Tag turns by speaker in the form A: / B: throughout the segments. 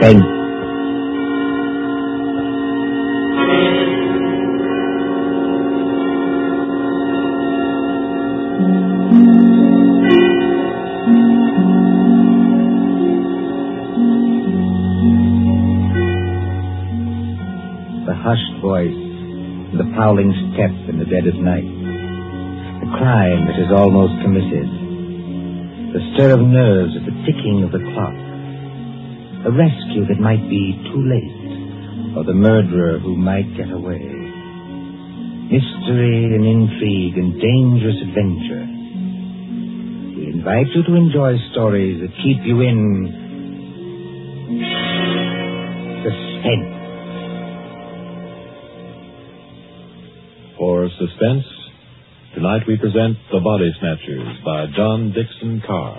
A: Thank The hushed voice, the prowling step in the dead of night, the crime that is almost committed, the stir of nerves at the ticking of the clock, the rescue that might be too late, or the murderer who might get away. Mystery and intrigue and dangerous adventure. We invite you to enjoy stories that keep you in suspense.
B: For suspense, tonight we present The Body Snatchers by John Dixon Carr.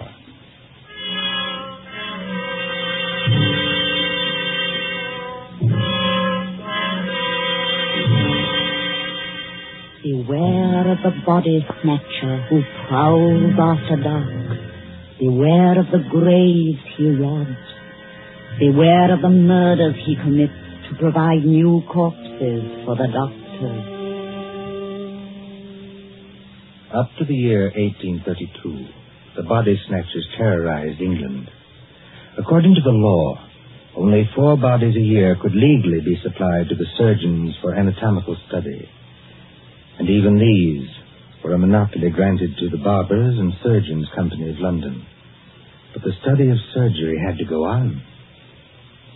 C: Beware of the body snatcher who prowls after dark. Beware of the graves he robs. Beware of the murders he commits to provide new corpses for the doctors.
A: Up to the year 1832, the body snatchers terrorized England. According to the law, only four bodies a year could legally be supplied to the surgeons for anatomical study. And even these were a monopoly granted to the Barbers and Surgeons Company of London. But the study of surgery had to go on.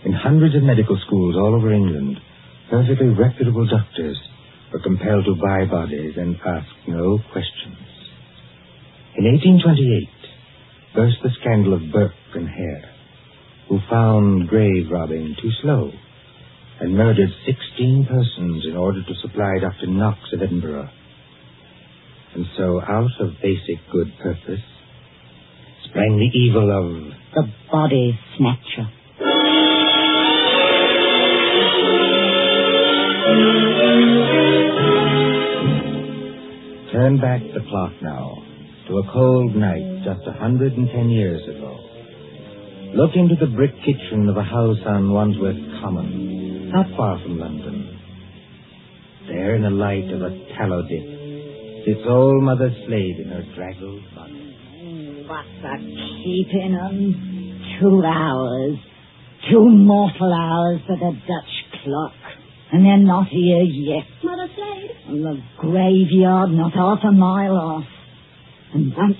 A: In hundreds of medical schools all over England, perfectly reputable doctors were compelled to buy bodies and ask no questions. In 1828, burst the scandal of Burke and Hare, who found grave robbing too slow and murdered 16 persons in order to supply Dr. Knox of Edinburgh. And so, out of basic good purpose, sprang the evil of
C: The body snatcher.
A: Turn back the clock now to a cold night just a 110 years ago. Look into the brick kitchen of a house on Wandsworth Common, not far from London. There, in the light of a tallow dip, sits old Mother Slade in her draggled body.
C: What a keeping 'em. Two hours. Two mortal hours for the Dutch clock. And they're not here yet.
D: Mother Slade?
C: And The graveyard not half a mile off. And once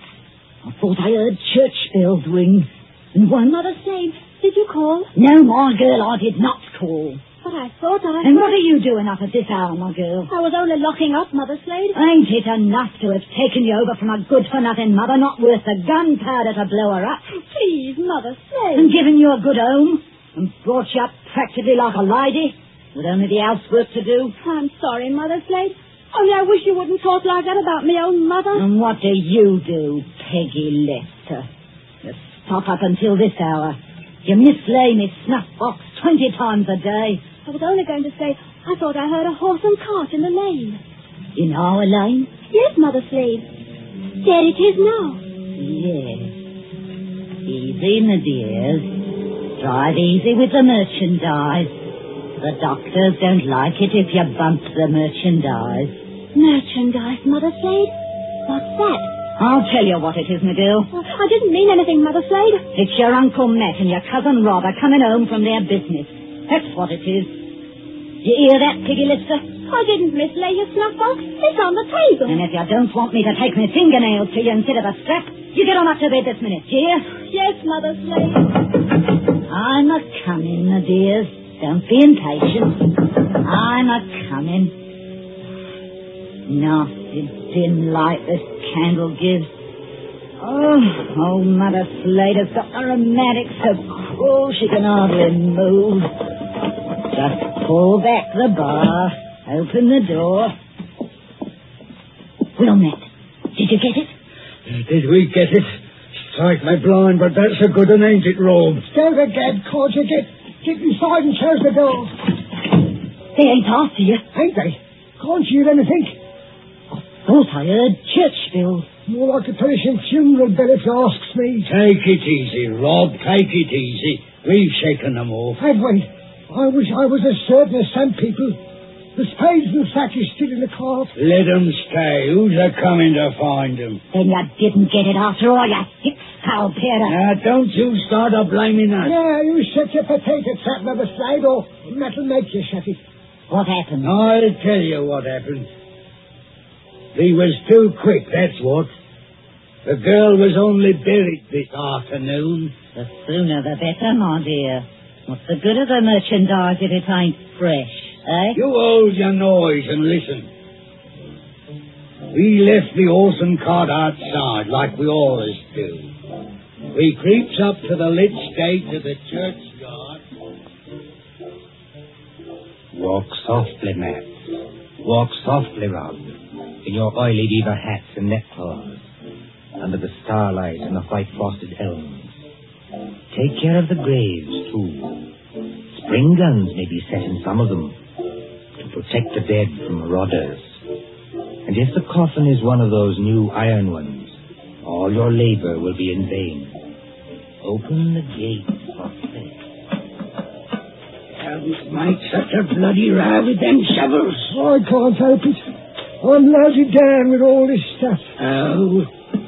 C: I thought I heard church bells ring. And one
D: Mother Slade, did you call?
C: No, my girl, I did not call.
D: But I thought I.
C: And what are you doing up at this hour, my girl?
D: I was only locking up, Mother Slade.
C: Ain't it enough to have taken you over from a good for nothing mother, not worth the gunpowder to blow her up,
D: Please, Mother
C: and
D: Slade.
C: given you a good home, and brought you up practically like a lady, with only the housework to do?
D: I'm sorry, Mother Slade. Only I wish you wouldn't talk like that about me own mother.
C: And what do you do, Peggy Lester? You stop up until this hour. You mislay me snuff box twenty times a day.
D: I was only going to say I thought I heard a horse and cart in the lane.
C: In our lane?
D: Yes, Mother Slade. There it is now.
C: Yes. Easy, my dears. Drive easy with the merchandise. The doctors don't like it if you bump the merchandise.
D: Merchandise, Mother Slade. What's that?
C: I'll tell you what it is, my girl.
D: Oh, I didn't mean anything, Mother Slade.
C: It's your Uncle Matt and your cousin Rob are coming home from their business. That's what it is. You hear that, Piggy Lister?
D: I didn't mislay your snuff box. It's on the table.
C: And if you don't want me to take my fingernails to you instead of a strap, you get on up to bed this minute, do you?
D: Yes, Mother Slade.
C: I'm a coming, my dears. Don't be impatient. I'm a coming. Nasty dim light this candle gives. Oh, old Mother Slater's got the rheumatics so cruel she can hardly move. Just pull back the bar, open the door. Wilmette, did you get it?
E: Did we get it? Strike my blind, but that's a good one, ain't it, Rob? Stow the gad, Corder. Get, get inside and close the door.
C: They ain't after you.
E: Ain't they? Can't you hear anything?
C: Thought I heard church bells.
E: More like a punishing funeral bell if you asks me. Take it easy, Rob. Take it easy.
F: We've shaken them off.
G: Have we? I wish I was as certain as some people. The spades and such is still in the cart.
F: Let 'em stay. Who's a coming to find 'em?
C: Then you didn't get it after all, you sick cow Peter.
F: Now, don't you start a blaming us.
G: Yeah, you shut your potato trap, Mother Slade, or Oh, that'll make you shut it.
C: What happened?
F: I'll tell you what happened. He was too quick, that's what. The girl was only buried this afternoon.
C: The sooner the better, my dear. What's the good of the merchandise if it ain't fresh, eh?
F: You hold your noise and listen. We left the horse and cart outside, like we always do. We creeps up to the lit gate of the churchyard.
A: Walk softly, Matt. Walk softly, Rob. In your oily beaver hats and neckcloths. Under the starlight and the white frosted elms. Take care of the graves, too. Spring guns may be set in some of them to protect the dead from marauders. And if the coffin is one of those new iron ones, all your labor will be in vain. Open the gate softly.
F: Haven't made such a bloody row with them shovels.
G: I can't help it. I'm lousy down with all this stuff.
F: Oh,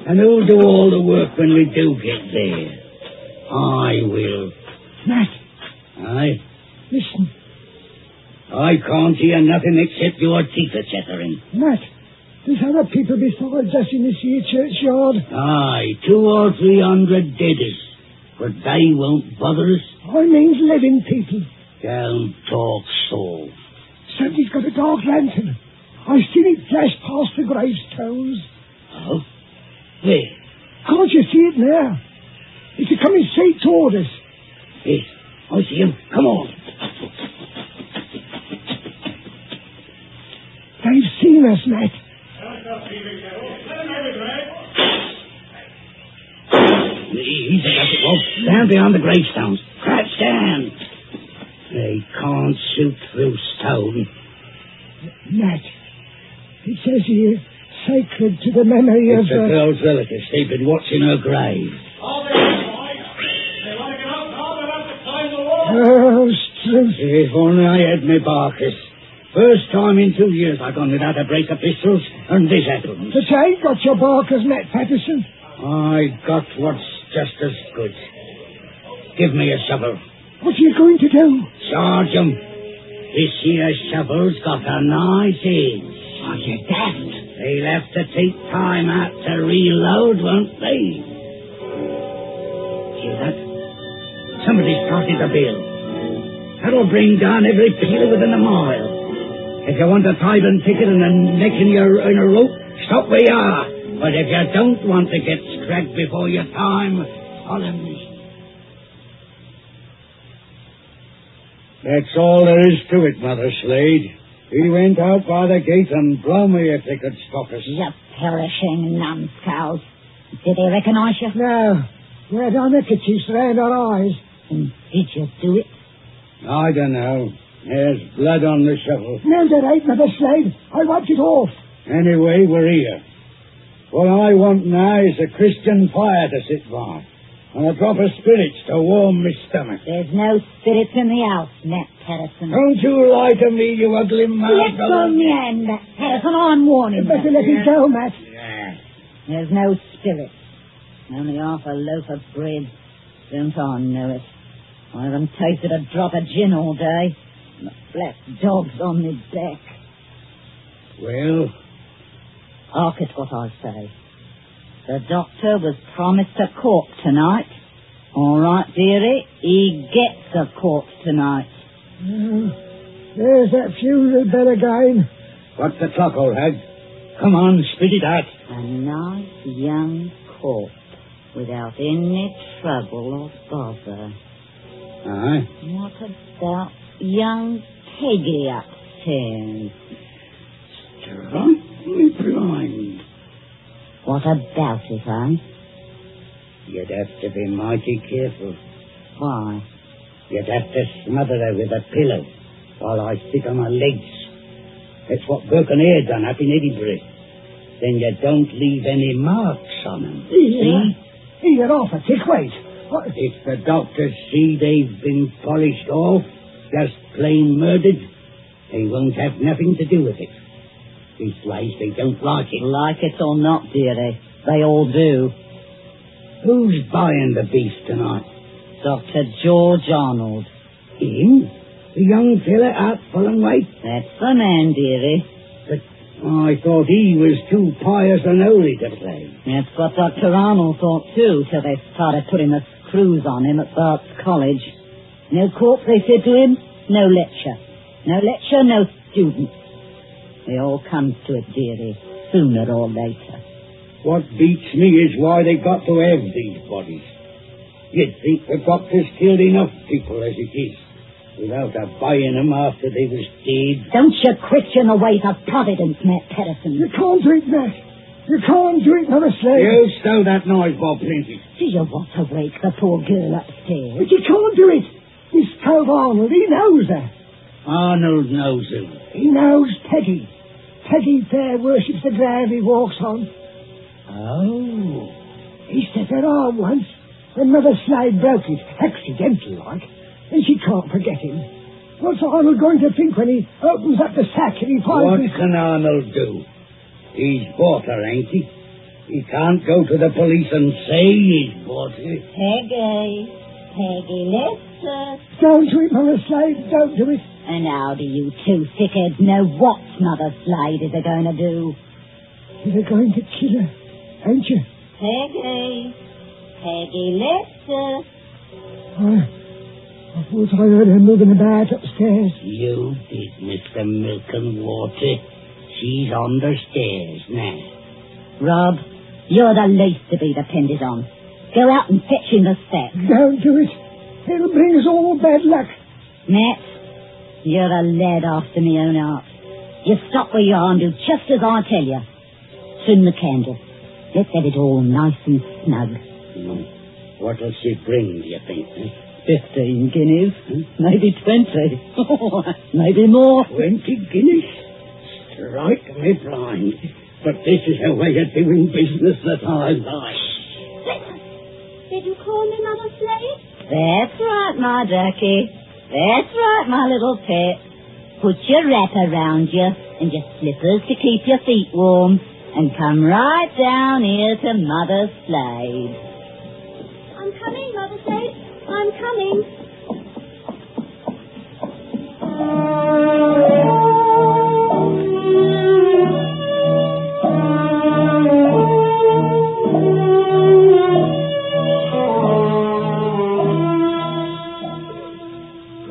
F: and who'll do all the work when we do get there? I will.
G: Matt,
F: I,
G: listen.
F: I can't hear nothing except your teeth are chattering.
G: Matt, there's other people besides us in this here churchyard.
F: Aye, two or three hundred deaders, but they won't bother us.
G: I mean living people.
F: Don't talk so.
G: Somebody's got a dark lantern. I've seen it flash past the gravestones.
F: Oh? Where?
G: Can't you see it now? It's a coming straight toward us.
F: Yes, I see him. Come on.
G: They've seen us, Matt.
F: Easy, that's it, Rob. Down behind the gravestones. Crouch down. They can't shoot through stone.
G: Matt, it says here, sacred to the memory
F: It's
G: of...
F: the
G: uh,
F: girl's relatives. They've been watching her grave.
G: Oh, truth.
F: If only I had my Barkis. First time in two years I've gone without a brace of pistols, and this happened.
G: But I ain't got your barkers, Matt Patterson.
F: I got what's just as good. Give me a shovel.
G: What are you going to do?
F: Charge 'em. This here shovel's got a nice edge. Are you daft? They'll have to take time out to reload, won't they? Hear that? Somebody started a bill. That'll bring down every peeler within a mile. If you want a time and ticket and a neck in your in a rope, stop where you are. But if you don't want to get scragged before your time, follow me. That's all there is to it, Mother Slade. We went out by the gate, and blow me if they could stop us.
C: You perishing numbskulls. Did they recognize you?
G: No. We had our neckerchiefs round our eyes.
C: And did you do it?
F: I don't know. There's blood on the shovel.
G: No, there ain't, Mother Slade. I wiped it off.
F: Anyway, we're here. What I want now is a Christian fire to sit by, and a drop of spirits to warm my stomach.
C: There's no spirits in the house, Matt Patterson.
F: Don't you lie to me, you ugly
C: Let go of
F: mouth.
C: me hand, Matt Patterson. I'm warning you.
G: Better let it go, Matt.
C: There's no spirits. Only half a loaf of bread. Don't I know it? I haven't tasted a drop of gin all day. And The black dog's on me back.
F: Well,
C: Hark at what I say. The doctor was promised a corpse tonight. All right, dearie, he gets a corpse tonight.
G: Oh, there's that funeral bell again.
F: what's the clock, old hag? Come on, spit it out.
C: A nice young corpse without any trouble or bother.
F: Aye.
C: What about young Peggy upstairs?
F: Strongly blind.
C: What about it, eh?
F: You'd have to be mighty careful.
C: Why?
F: You'd have to smother her with a pillow while I sit on her legs. That's what Broken Air done up in Edinburgh. Then you don't leave any marks on 'em.
G: Here. Here, off a tick, wait.
H: What?
F: If the doctors see they've been polished off, just plain murdered, they won't have nothing to do with it. Leastwise, they don't like it.
C: Like it or not, dearie, they all do.
F: Who's buying the beast tonight?
C: Dr. George Arnold.
F: Him? The young fella out Fulham Way?
C: That's the man, dearie.
F: I thought he was too pious and holy to play.
C: That's what Dr. Arnold thought, too, till they started putting the screws on him at Bart's College. No corp, they said to him. No lecture. No lecture, no students. It all comes to it, dearie, sooner or later.
F: What beats me is why they got to have these bodies. You'd think the doctors killed enough people as it is, without a buying 'em after they was dead.
C: Don't you question the ways of Providence, Matt Patterson.
H: You can't do it, Matt. You can't do it, honestly.
F: You stole that knife, Bob Lindsay.
C: Do you want to wake the poor girl upstairs?
H: But you can't do it. This cove Arnold, he knows her.
F: Arnold knows him.
H: He knows Peggy. Peggy Fair worships the ground he walks on.
F: Oh.
H: He set her arm once when Mother Slade broke it, accidental like, and she can't forget him. What's Arnold going to think when he opens up the sack and he
F: What
H: finds this?
F: can Arnold do? He's bought her, ain't he? He can't go to the police and say he's bought her.
C: Peggy. Peggy, listen.
H: Don't do it, Mother Slade. Don't do it.
C: And how do you two thickheads know what Mother Slade is going to do?
H: You're going to kill her, ain't you?
C: Peggy. Peggy, listen.
H: I, I thought I heard her moving about upstairs.
F: You did, Mr. Milk and Water. She's on the stairs now.
C: Rob, you're the least to be depended on. Go out and fetch him the sack.
H: Don't do it. It'll bring us all bad luck.
C: Matt, you're a lad after my own heart. You stop where you are and do just as I tell you. Trim the candle. Let's have it all nice and snug.
F: Hmm. What'll she bring, do you think? eh?
C: Fifteen guineas. Maybe twenty. Maybe more.
F: Twenty guineas? Strike me blind. But this is a way of doing business that I like.
D: Did you call me Mother Slade?
C: That's right, my ducky. That's right, my little pet. Put your wrap around you and your slippers to keep your feet warm and come right down here to Mother Slade.
D: I'm coming, Mother Slade. I'm coming.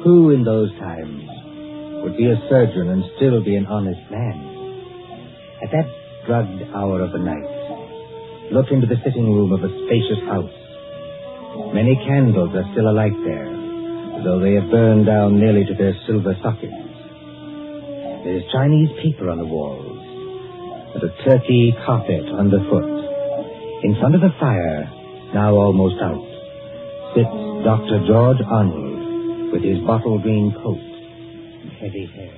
A: Who in those times would be a surgeon and still be an honest man? At that drugged hour of the night, look into the sitting room of a spacious house. Many candles are still alight there, though they have burned down nearly to their silver sockets. There's Chinese paper on the walls, and a turkey carpet underfoot. In front of the fire, now almost out, sits Dr. George Arnold with his bottle green coat and heavy hair.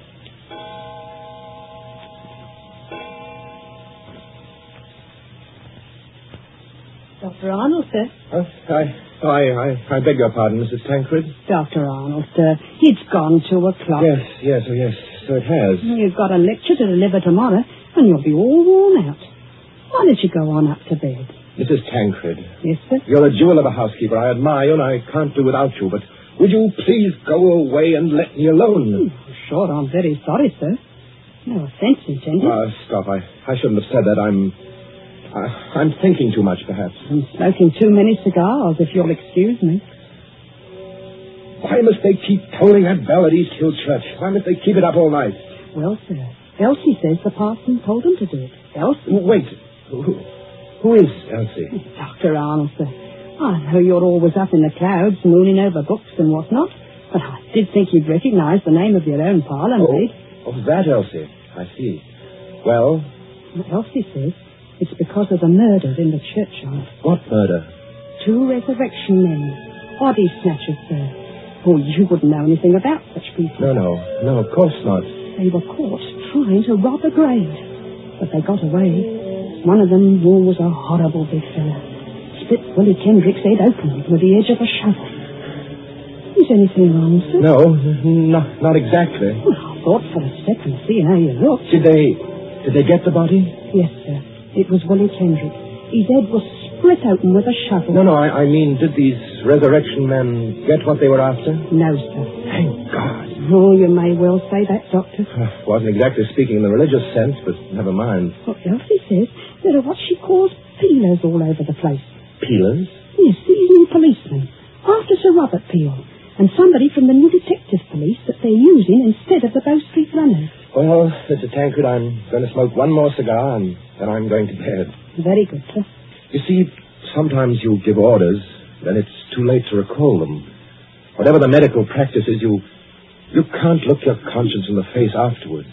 C: Dr. Arnold, sir.
I: Oh, I, I, I, I beg your pardon, Mrs. Tancred.
C: Dr. Arnold, sir. It's gone two o'clock.
I: Yes, yes, oh yes, so it has.
C: You've got a lecture to deliver tomorrow and you'll be all worn out. Why don't you go on up to bed?
I: Mrs. Tancred,
C: Yes, sir.
I: you're a jewel of a housekeeper. I admire you and I can't do without you, but would you please go away and let me alone?
C: Hmm, Sure, I'm very sorry, sir. No offense intended.
I: Ah, stop. I, I shouldn't have said that. I'm, I, I'm thinking too much, perhaps.
C: I'm smoking too many cigars, if you'll excuse me.
I: Why must they keep tolling that bell at East Hill Church? Why must they keep it up all night?
C: Well, sir, Elsie says the parson told him to do it. Elsie?
I: Wait. Who, who is Elsie?
C: Dr. Arnold, sir. I know you're always up in the clouds, mooning over books and whatnot, but I did think you'd recognize the name of your own parlour maid.
I: Oh, that Elsie. I see. Well,
C: Elsie says it's because of the murders in the churchyard.
I: what murder?
C: Two resurrection men, body snatchers, sir. Oh, you wouldn't know anything about such people.
I: No, no, no, of course not.
C: They were caught trying to rob a grave, but they got away. One of them was a horrible big fella. He
J: that Willie Kendrick said opened with the edge of a shovel. Is anything wrong, sir?
I: No, not, not exactly.
J: Well, I thought for a second, see how you looked.
I: Did they, did they get the body?
J: Yes, sir. It was Willie Kendrick. His head was split open with a shovel.
I: No, no, I, I mean, did these resurrection men get what they were after?
J: No, sir.
I: Thank God. Uh,
J: Oh, you may well say that, Doctor.
I: Wasn't exactly speaking in the religious sense, but never mind.
J: What Elsie says, there are what she calls peelers all over the place.
I: Peelers?
J: Yes, these new policemen, after Sir Robert Peel, and somebody from the new detective police that they're using instead of the Bow Street runners.
I: Well, Mr. Tankard, I'm going to smoke one more cigar and then I'm going to bed.
J: Very good, sir.
I: You see, sometimes you give orders, then it's too late to recall them. Whatever the medical practice is, you you can't look your conscience in the face afterwards.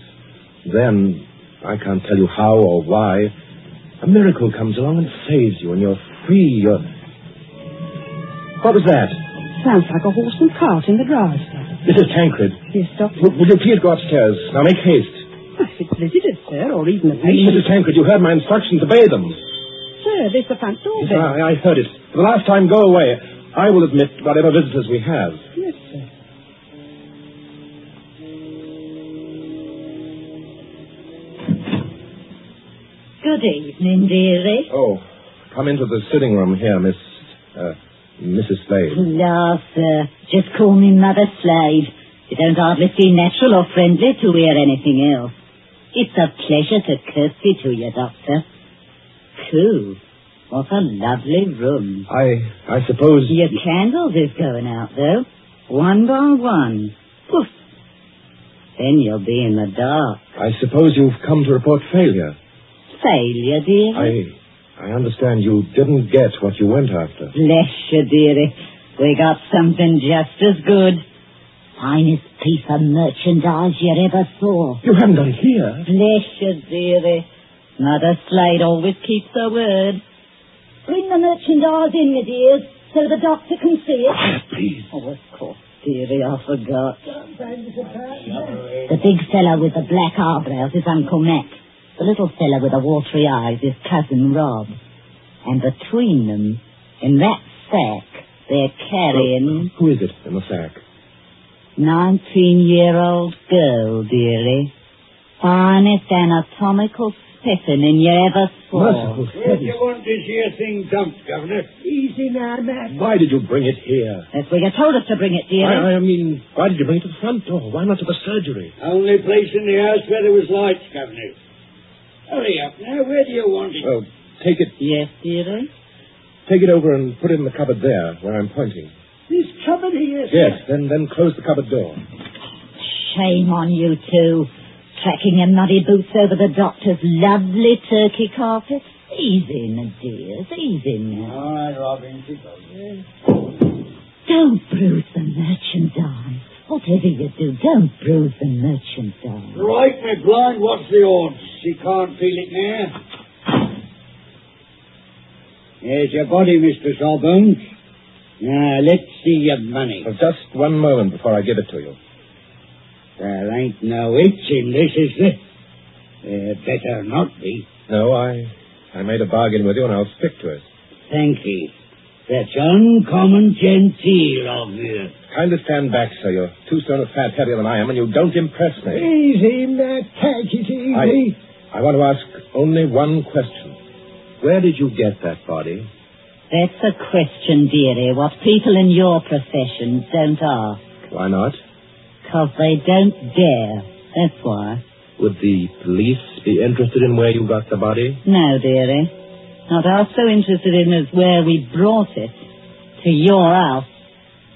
I: Then, I can't tell you how or why, a miracle comes along and saves you, and you're free. You're... What was that?
J: Sounds like a horse and cart in the drive, sir.
I: Mrs. Tankred,
J: Yes, Doctor.
I: w- would you please go upstairs? Now make haste.
J: If it's visitors, sir, or even the patient.
I: Mrs. Tankred, you heard my instructions. Obey them.
J: Sir, there's the front door
I: Yes,
J: bell.
I: I, I heard it. For the last time, go away. I will admit whatever visitors we have.
J: Yes, sir.
C: Good evening, dearie.
I: Oh, come into the sitting room here, Miss. Uh, Mrs. Slade.
C: No, sir. Just call me Mother Slade. It don't hardly seem natural or friendly to wear anything else. It's a pleasure to curtsy to you, Doctor. Cool. What a lovely room.
I: I I suppose.
C: Your candles is going out, though. One by one. Poof. Then you'll be in the dark.
I: I suppose you've come to report failure.
C: Failure, dearie.
I: I I understand you didn't get what you went after.
C: Bless you, dearie. We got something just as good. Finest piece of merchandise you ever saw.
I: You haven't got it here.
C: Bless you, dearie. Mother Slade always keeps her word.
D: Bring the merchandise in, my dears, so the doctor can see it.
C: Oh, of course, dearie, I forgot. The big fellow with the black eyebrows is Uncle Mac. The little fellow with the watery eyes is Cousin Rob. And between them, in that sack, they're carrying
I: Who is it in the sack?
C: nineteen-year-old girl, dearie. Finest anatomical specimen you ever saw.
I: Merciful
E: Where do
I: heavens.
E: you want this here thing dumped, Governor?
K: Easy now, Mac.
I: Why did you bring it here?
C: That's where you told us to bring it, dearie.
I: I, I mean, why did you bring it to the front door? Why not to the surgery?
E: Only place in the house where there was lights, Governor. Hurry up now. Where do you want it?
I: Well, take it,
C: Yes, dearie.
I: take it over and put it in the cupboard there, where I'm pointing.
K: This cupboard here, sir.
I: Yes, then then close the cupboard door.
C: Shame on you two. Tracking your muddy boots over the doctor's lovely turkey carpet. Easy, my dears, easy now.
E: All right, Robin. Keep up.
C: Don't bruise the merchandise. Whatever you do, don't bruise the merchandise.
E: Right, me blind. What's the odds? She can't feel it now. There's your body, Mr. Sawbones. Now, let's see your money.
I: Well, just one moment before I give it to you.
E: There ain't no itch in this, is there? There better not be.
I: No, I I made a bargain with you, and I'll stick to it.
E: Thank ye. That's uncommon genteel of you.
I: Kindly stand back, sir. You're two stone of fat heavier than I am, and you don't impress me.
K: Easy, Mac. Take it easy.
I: I, I want to ask only one question. Where did you get that body?
C: That's a question, dearie, what people in your profession don't ask.
I: Why not?
C: 'Cause they don't dare. That's why.
I: Would the police be interested in where you got the body?
C: No, dearie. Not half so interested in is where we brought it. To your house.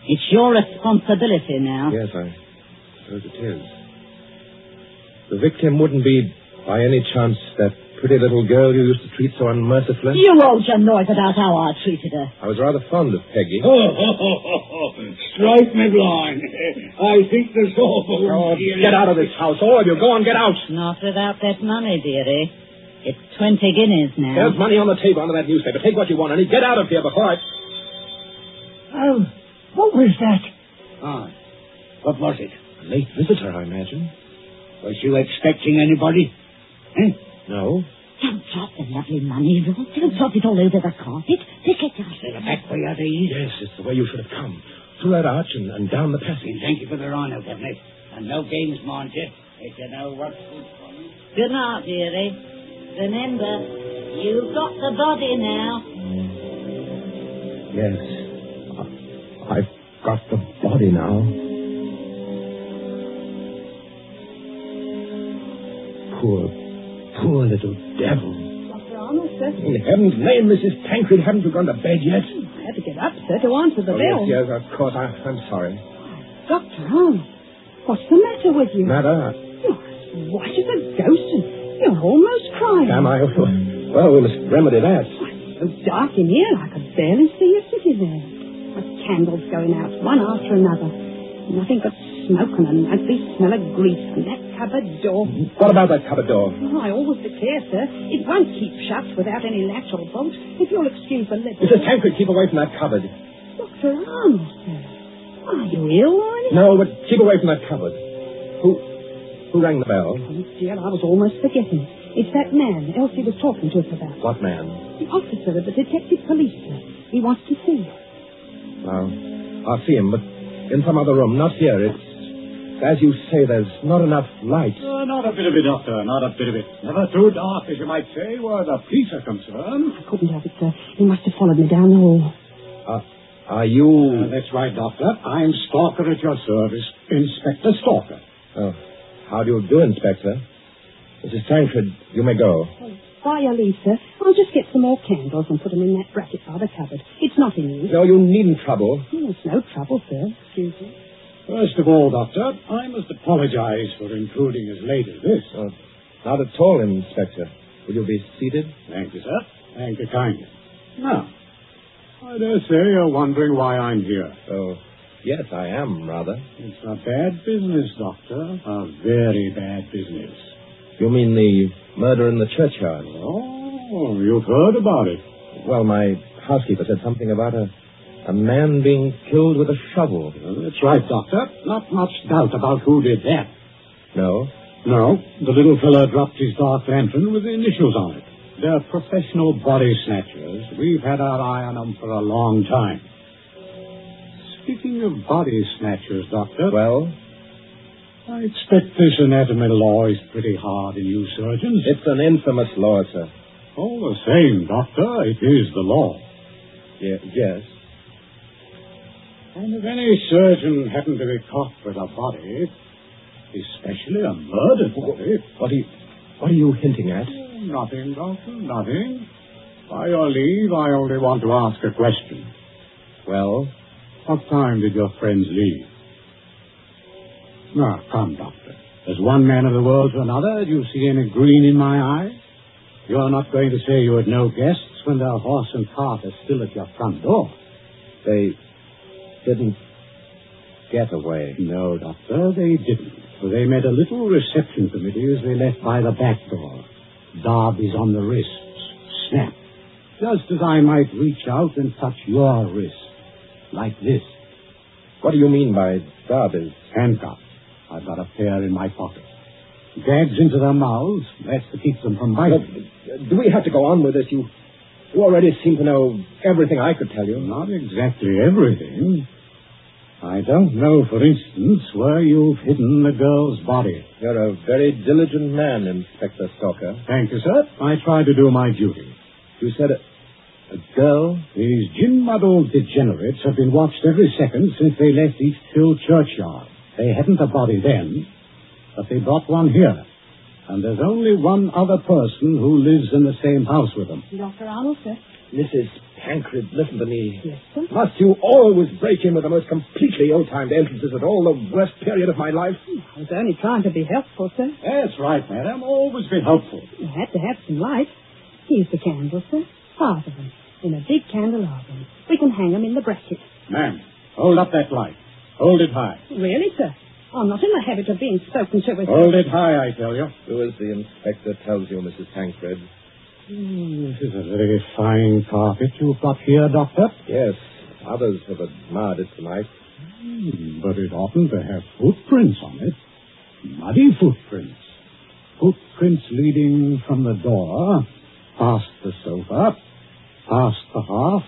C: It's your responsibility now.
I: Yes, I suppose it is. The victim wouldn't be, by any chance, that pretty little girl you used to treat so unmercifully?
C: You hold your noise about how I treated her.
I: I was rather fond of Peggy.
E: Strike me blind. I think the Sawbones here is-
I: out of this house, all of you. Go on, get out.
C: Not without that money, dearie. It's twenty guineas now.
I: There's money on the table under that newspaper. Take what you want, and get out of here before I...
C: Oh,
K: Um, what was that?
E: Ah, what was it?
I: A late visitor, I imagine.
E: Was you expecting anybody?
I: No.
C: Don't drop the lovely money, Lord. Don't drop it all over the carpet. Pick it up.
L: They're back way out of east.
I: Yes, it's the way you should have come. Through that arch and, and down the passage.
L: Thank you for the rhino, Captain. And no games, mind you. If you know what's good for you.
C: Good night, dearie. Remember, you've got the body now.
I: Mm. Yes. I- I've got the body now. Poor, poor little devil.
D: Dr. Arnold, sir.
I: In heaven's name, Mrs. Tancred, haven't you gone to bed yet?
D: I had to get up, sir, to answer the
I: oh,
D: bell.
I: yes, yes, of course. I, I'm sorry.
D: Dr. Arnold, what's the matter with you?
I: Matter,
D: You're as white as a ghost, and you're almost crying.
I: am I? Well, we must remedy that.
D: Why, it's so dark in here, I could barely see you sitting there. The candles going out, one after another. Nothing but smoke and an ugly smell of grease, and that cupboard door.
I: What about that cupboard door?
D: Oh, I always declare, sir, it won't keep shut without any latch or bolt. If you'll excuse the little...
I: Mrs. Tancred, keep away from that cupboard.
D: Dr. Arnold, sir. Are you ill or anything?
I: No, but keep away from that cupboard. Who, who rang the bell?
D: Oh, dear, I was almost forgetting. It's that man Elsie was talking to us about.
I: What man?
D: The officer of the detective police, sir. He wants to see you.
I: I'll, I'll see him, but in some other room, not here. It's, as you say, there's not enough light.
F: Uh, not a bit of it, Doctor. Not a bit of it. Never too dark, as you might say, where the police are concerned.
D: I couldn't help it, sir. He must have followed me down the hall.
I: Are
F: Uh,
I: you...
F: that's right, Doctor. I'm Stalker at your service, Inspector Stalker.
I: Oh, how do you do, Inspector? Mrs. Tancred, you may go.
D: By your leave, sir, I'll just get some more candles and put them in that bracket by the cupboard. It's not in use.
I: No, you needn't trouble.
D: Oh, it's no trouble, sir. Excuse me.
F: First of all, Doctor, I must apologize for intruding as late as this.
I: Uh, Not at all, Inspector. Will you be seated?
F: Thank you, sir. Thank you kindly. Now, I dare say you're wondering why I'm here.
I: Oh, yes, I am, rather.
F: It's a bad business, Doctor. A very bad business.
I: You mean the murder in the churchyard?
F: Oh, you've heard about it.
I: Well, my housekeeper said something about a, a man being killed with a shovel.
F: Uh, that's right, Doctor. Not much doubt about who did that.
I: No?
F: No, the little fellow dropped his dark lantern with the initials on it. They're professional body snatchers. We've had our eye on them for a long time. Speaking of body snatchers, Doctor,
I: Well,
F: I expect this anatomy law is pretty hard on you surgeons.
I: it's an infamous law, sir.
F: All the same, Doctor, it is the law.
I: Ye- yes.
F: And if any surgeon happened to be caught with a body, especially a murdered body,
I: What are you, what are you hinting at?
F: Nothing, Doctor, nothing. By your leave, I only want to ask a question.
I: Well,
F: What time did your friends leave? Now, come, Doctor. As one man of the world to another, do you see any green in my eye? You're not going to say you had no guests when their horse and cart are still at your front door.
I: they didn't get away.
F: No, Doctor, they didn't. For they made a little reception committee as they left by the back door. Darby's on the wrists. Snap. Just as I might reach out and touch your wrist. Like this.
I: What do you mean by Darby's?
F: Handcuffs. I've got a pair in my pocket. Gags into their mouths. That's to keep them from biting.
I: Do we have to go on with this? You, you already seem to know everything I could tell you.
F: Not exactly everything. I don't know, for instance, where you've hidden the girl's body.
I: You're a very diligent man, Inspector Stalker.
F: Thank you, sir. I try to do my duty.
I: You said uh, a, a girl?
F: These gin muddled degenerates have been watched every second since they left East Hill churchyard. They hadn't a body then, but they brought one here. And there's only one other person who lives in the same house with them.
D: Dr. Arnold, sir.
I: Mrs. Tancred, listen to me.
D: Yes, sir.
I: Must you always break in with the most completely ill-timed entrances at all the worst period of my life?
D: I was only trying to be helpful, sir.
F: That's right, madam. Always be helpful.
D: You had to have some light. Here's the candles, sir. Five of them. In a big candelabrum. We can hang them in the bracket.
F: Ma'am, hold up that light. Hold it high.
D: Really, sir? I'm not in the habit of being spoken to with...
F: Hold it high, I tell you.
I: Do as the inspector tells you, Mrs. Tancred.
F: This is a very fine carpet you've got here, Doctor.
I: Yes, others have admired it tonight.
F: Hmm, But it oughtn't to have footprints on it. Muddy footprints. Footprints leading from the door, past the sofa, past the hearth,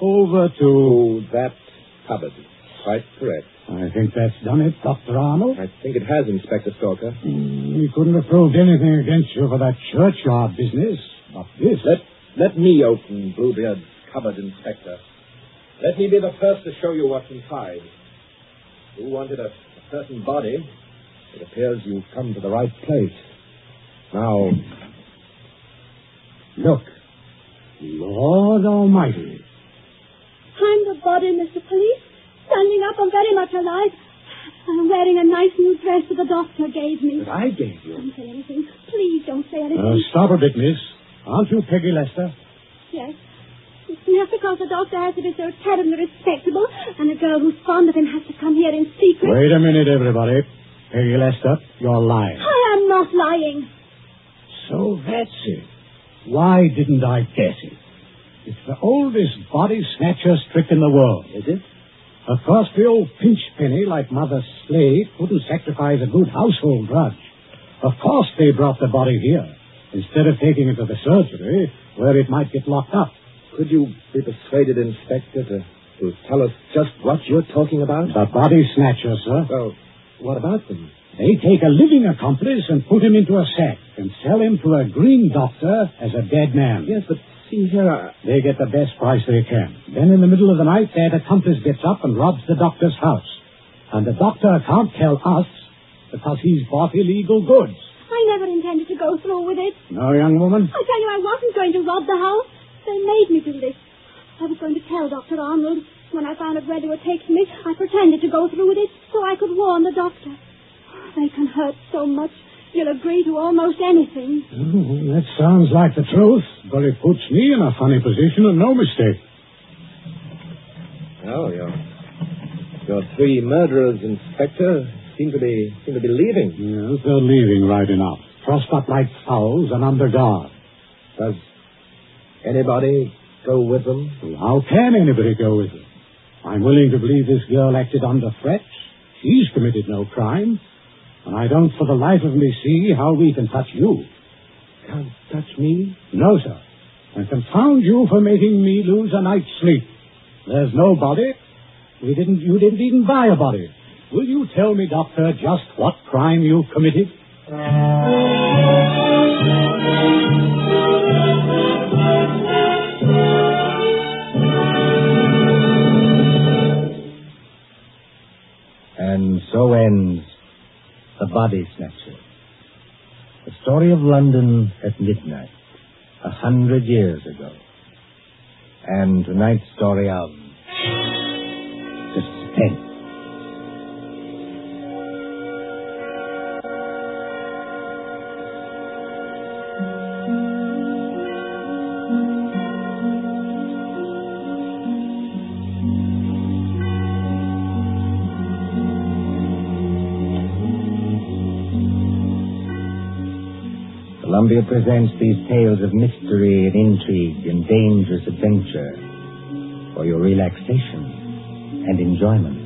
F: over to
I: that cupboard. Quite correct.
F: I think that's done it, Dr. Arnold.
I: I think it has, Inspector Stalker.
F: We couldn't have proved anything against you for that churchyard business, but this.
I: Let, let me open Bluebeard's cupboard, Inspector. Let me be the first to show you what's inside. You wanted a, a certain body. It appears you've come to the right place. Now, look.
F: Lord Almighty.
D: I'm the body, Mr. Police. Standing up, I'm very much alive. I'm wearing a nice new dress that the doctor gave me.
I: That I gave you.
D: Don't say anything. Please don't say anything.
F: Uh, stop a bit, miss. Aren't you Peggy Lester?
D: Yes. Yes, because the doctor has to be so terribly respectable, and a girl who's fond of him has to come here in secret.
F: Wait a minute, everybody. Peggy Lester, you're lying.
D: I am not lying.
F: So that's it. Why didn't I guess it? It's the oldest body snatcher trick in the world.
I: Is it?
F: Of course, the old pinchpenny, like Mother Slade, couldn't sacrifice a good household grudge. Of course they brought the body here, instead of taking it to the surgery, where it might get locked up.
I: Could you be persuaded, Inspector, to, to tell us just what you're talking about?
F: The body snatcher, sir.
I: Well, what about them?
F: They take a living accomplice and put him into a sack and sell him to a green doctor as a dead man.
I: Yes, but see here, uh, I...
F: They get the best price they can. Then in the middle of the night, that accomplice gets up and robs the doctor's house. And the doctor can't tell us because he's bought illegal goods.
D: I never intended to go through with it.
F: No, young woman?
D: I tell you, I wasn't going to rob the house. They made me do this. I was going to tell Dr. Arnold. When I found out where they were taking me, I pretended to go through with it so I could warn the doctor. They can hurt so much, you'll agree to almost anything.
I: Mm-hmm.
F: Oh, that sounds like the truth, but it puts me in a funny position and no mistake.
I: Well, your, Oh, your three murderers, Inspector, seem to be seem to be leaving.
F: Yes, they're leaving right enough. Trussed up like fowls and under guard.
I: Does anybody go with them?
F: Well, how can anybody go with them? I'm willing to believe this girl acted under threats. She's committed no crime. And I don't for the life of me see how we can touch you.
I: Can't touch me?
F: No, sir. And confound you for making me lose a night's sleep. There's no body. We didn't, you didn't even buy a body. Will you tell me, Doctor, just what crime you committed?
A: And so ends The Body Snatcher. The story of London at midnight, a hundred years ago. And tonight's story of suspense. Columbia presents these tales of mystery and intrigue and dangerous adventure for your relaxation and enjoyment.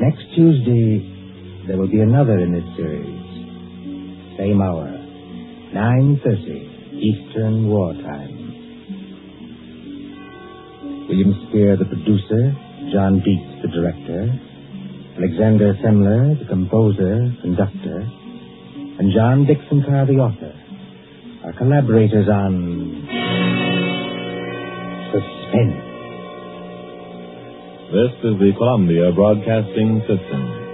A: Next Tuesday, there will be another in this series. Same hour, 9.30 Eastern War Time. William Spear, the producer, John Dietz, the director, Alexander Semler, the composer, conductor, and John Dixon Carr, the author, are collaborators on Suspense.
B: This is the Columbia Broadcasting System.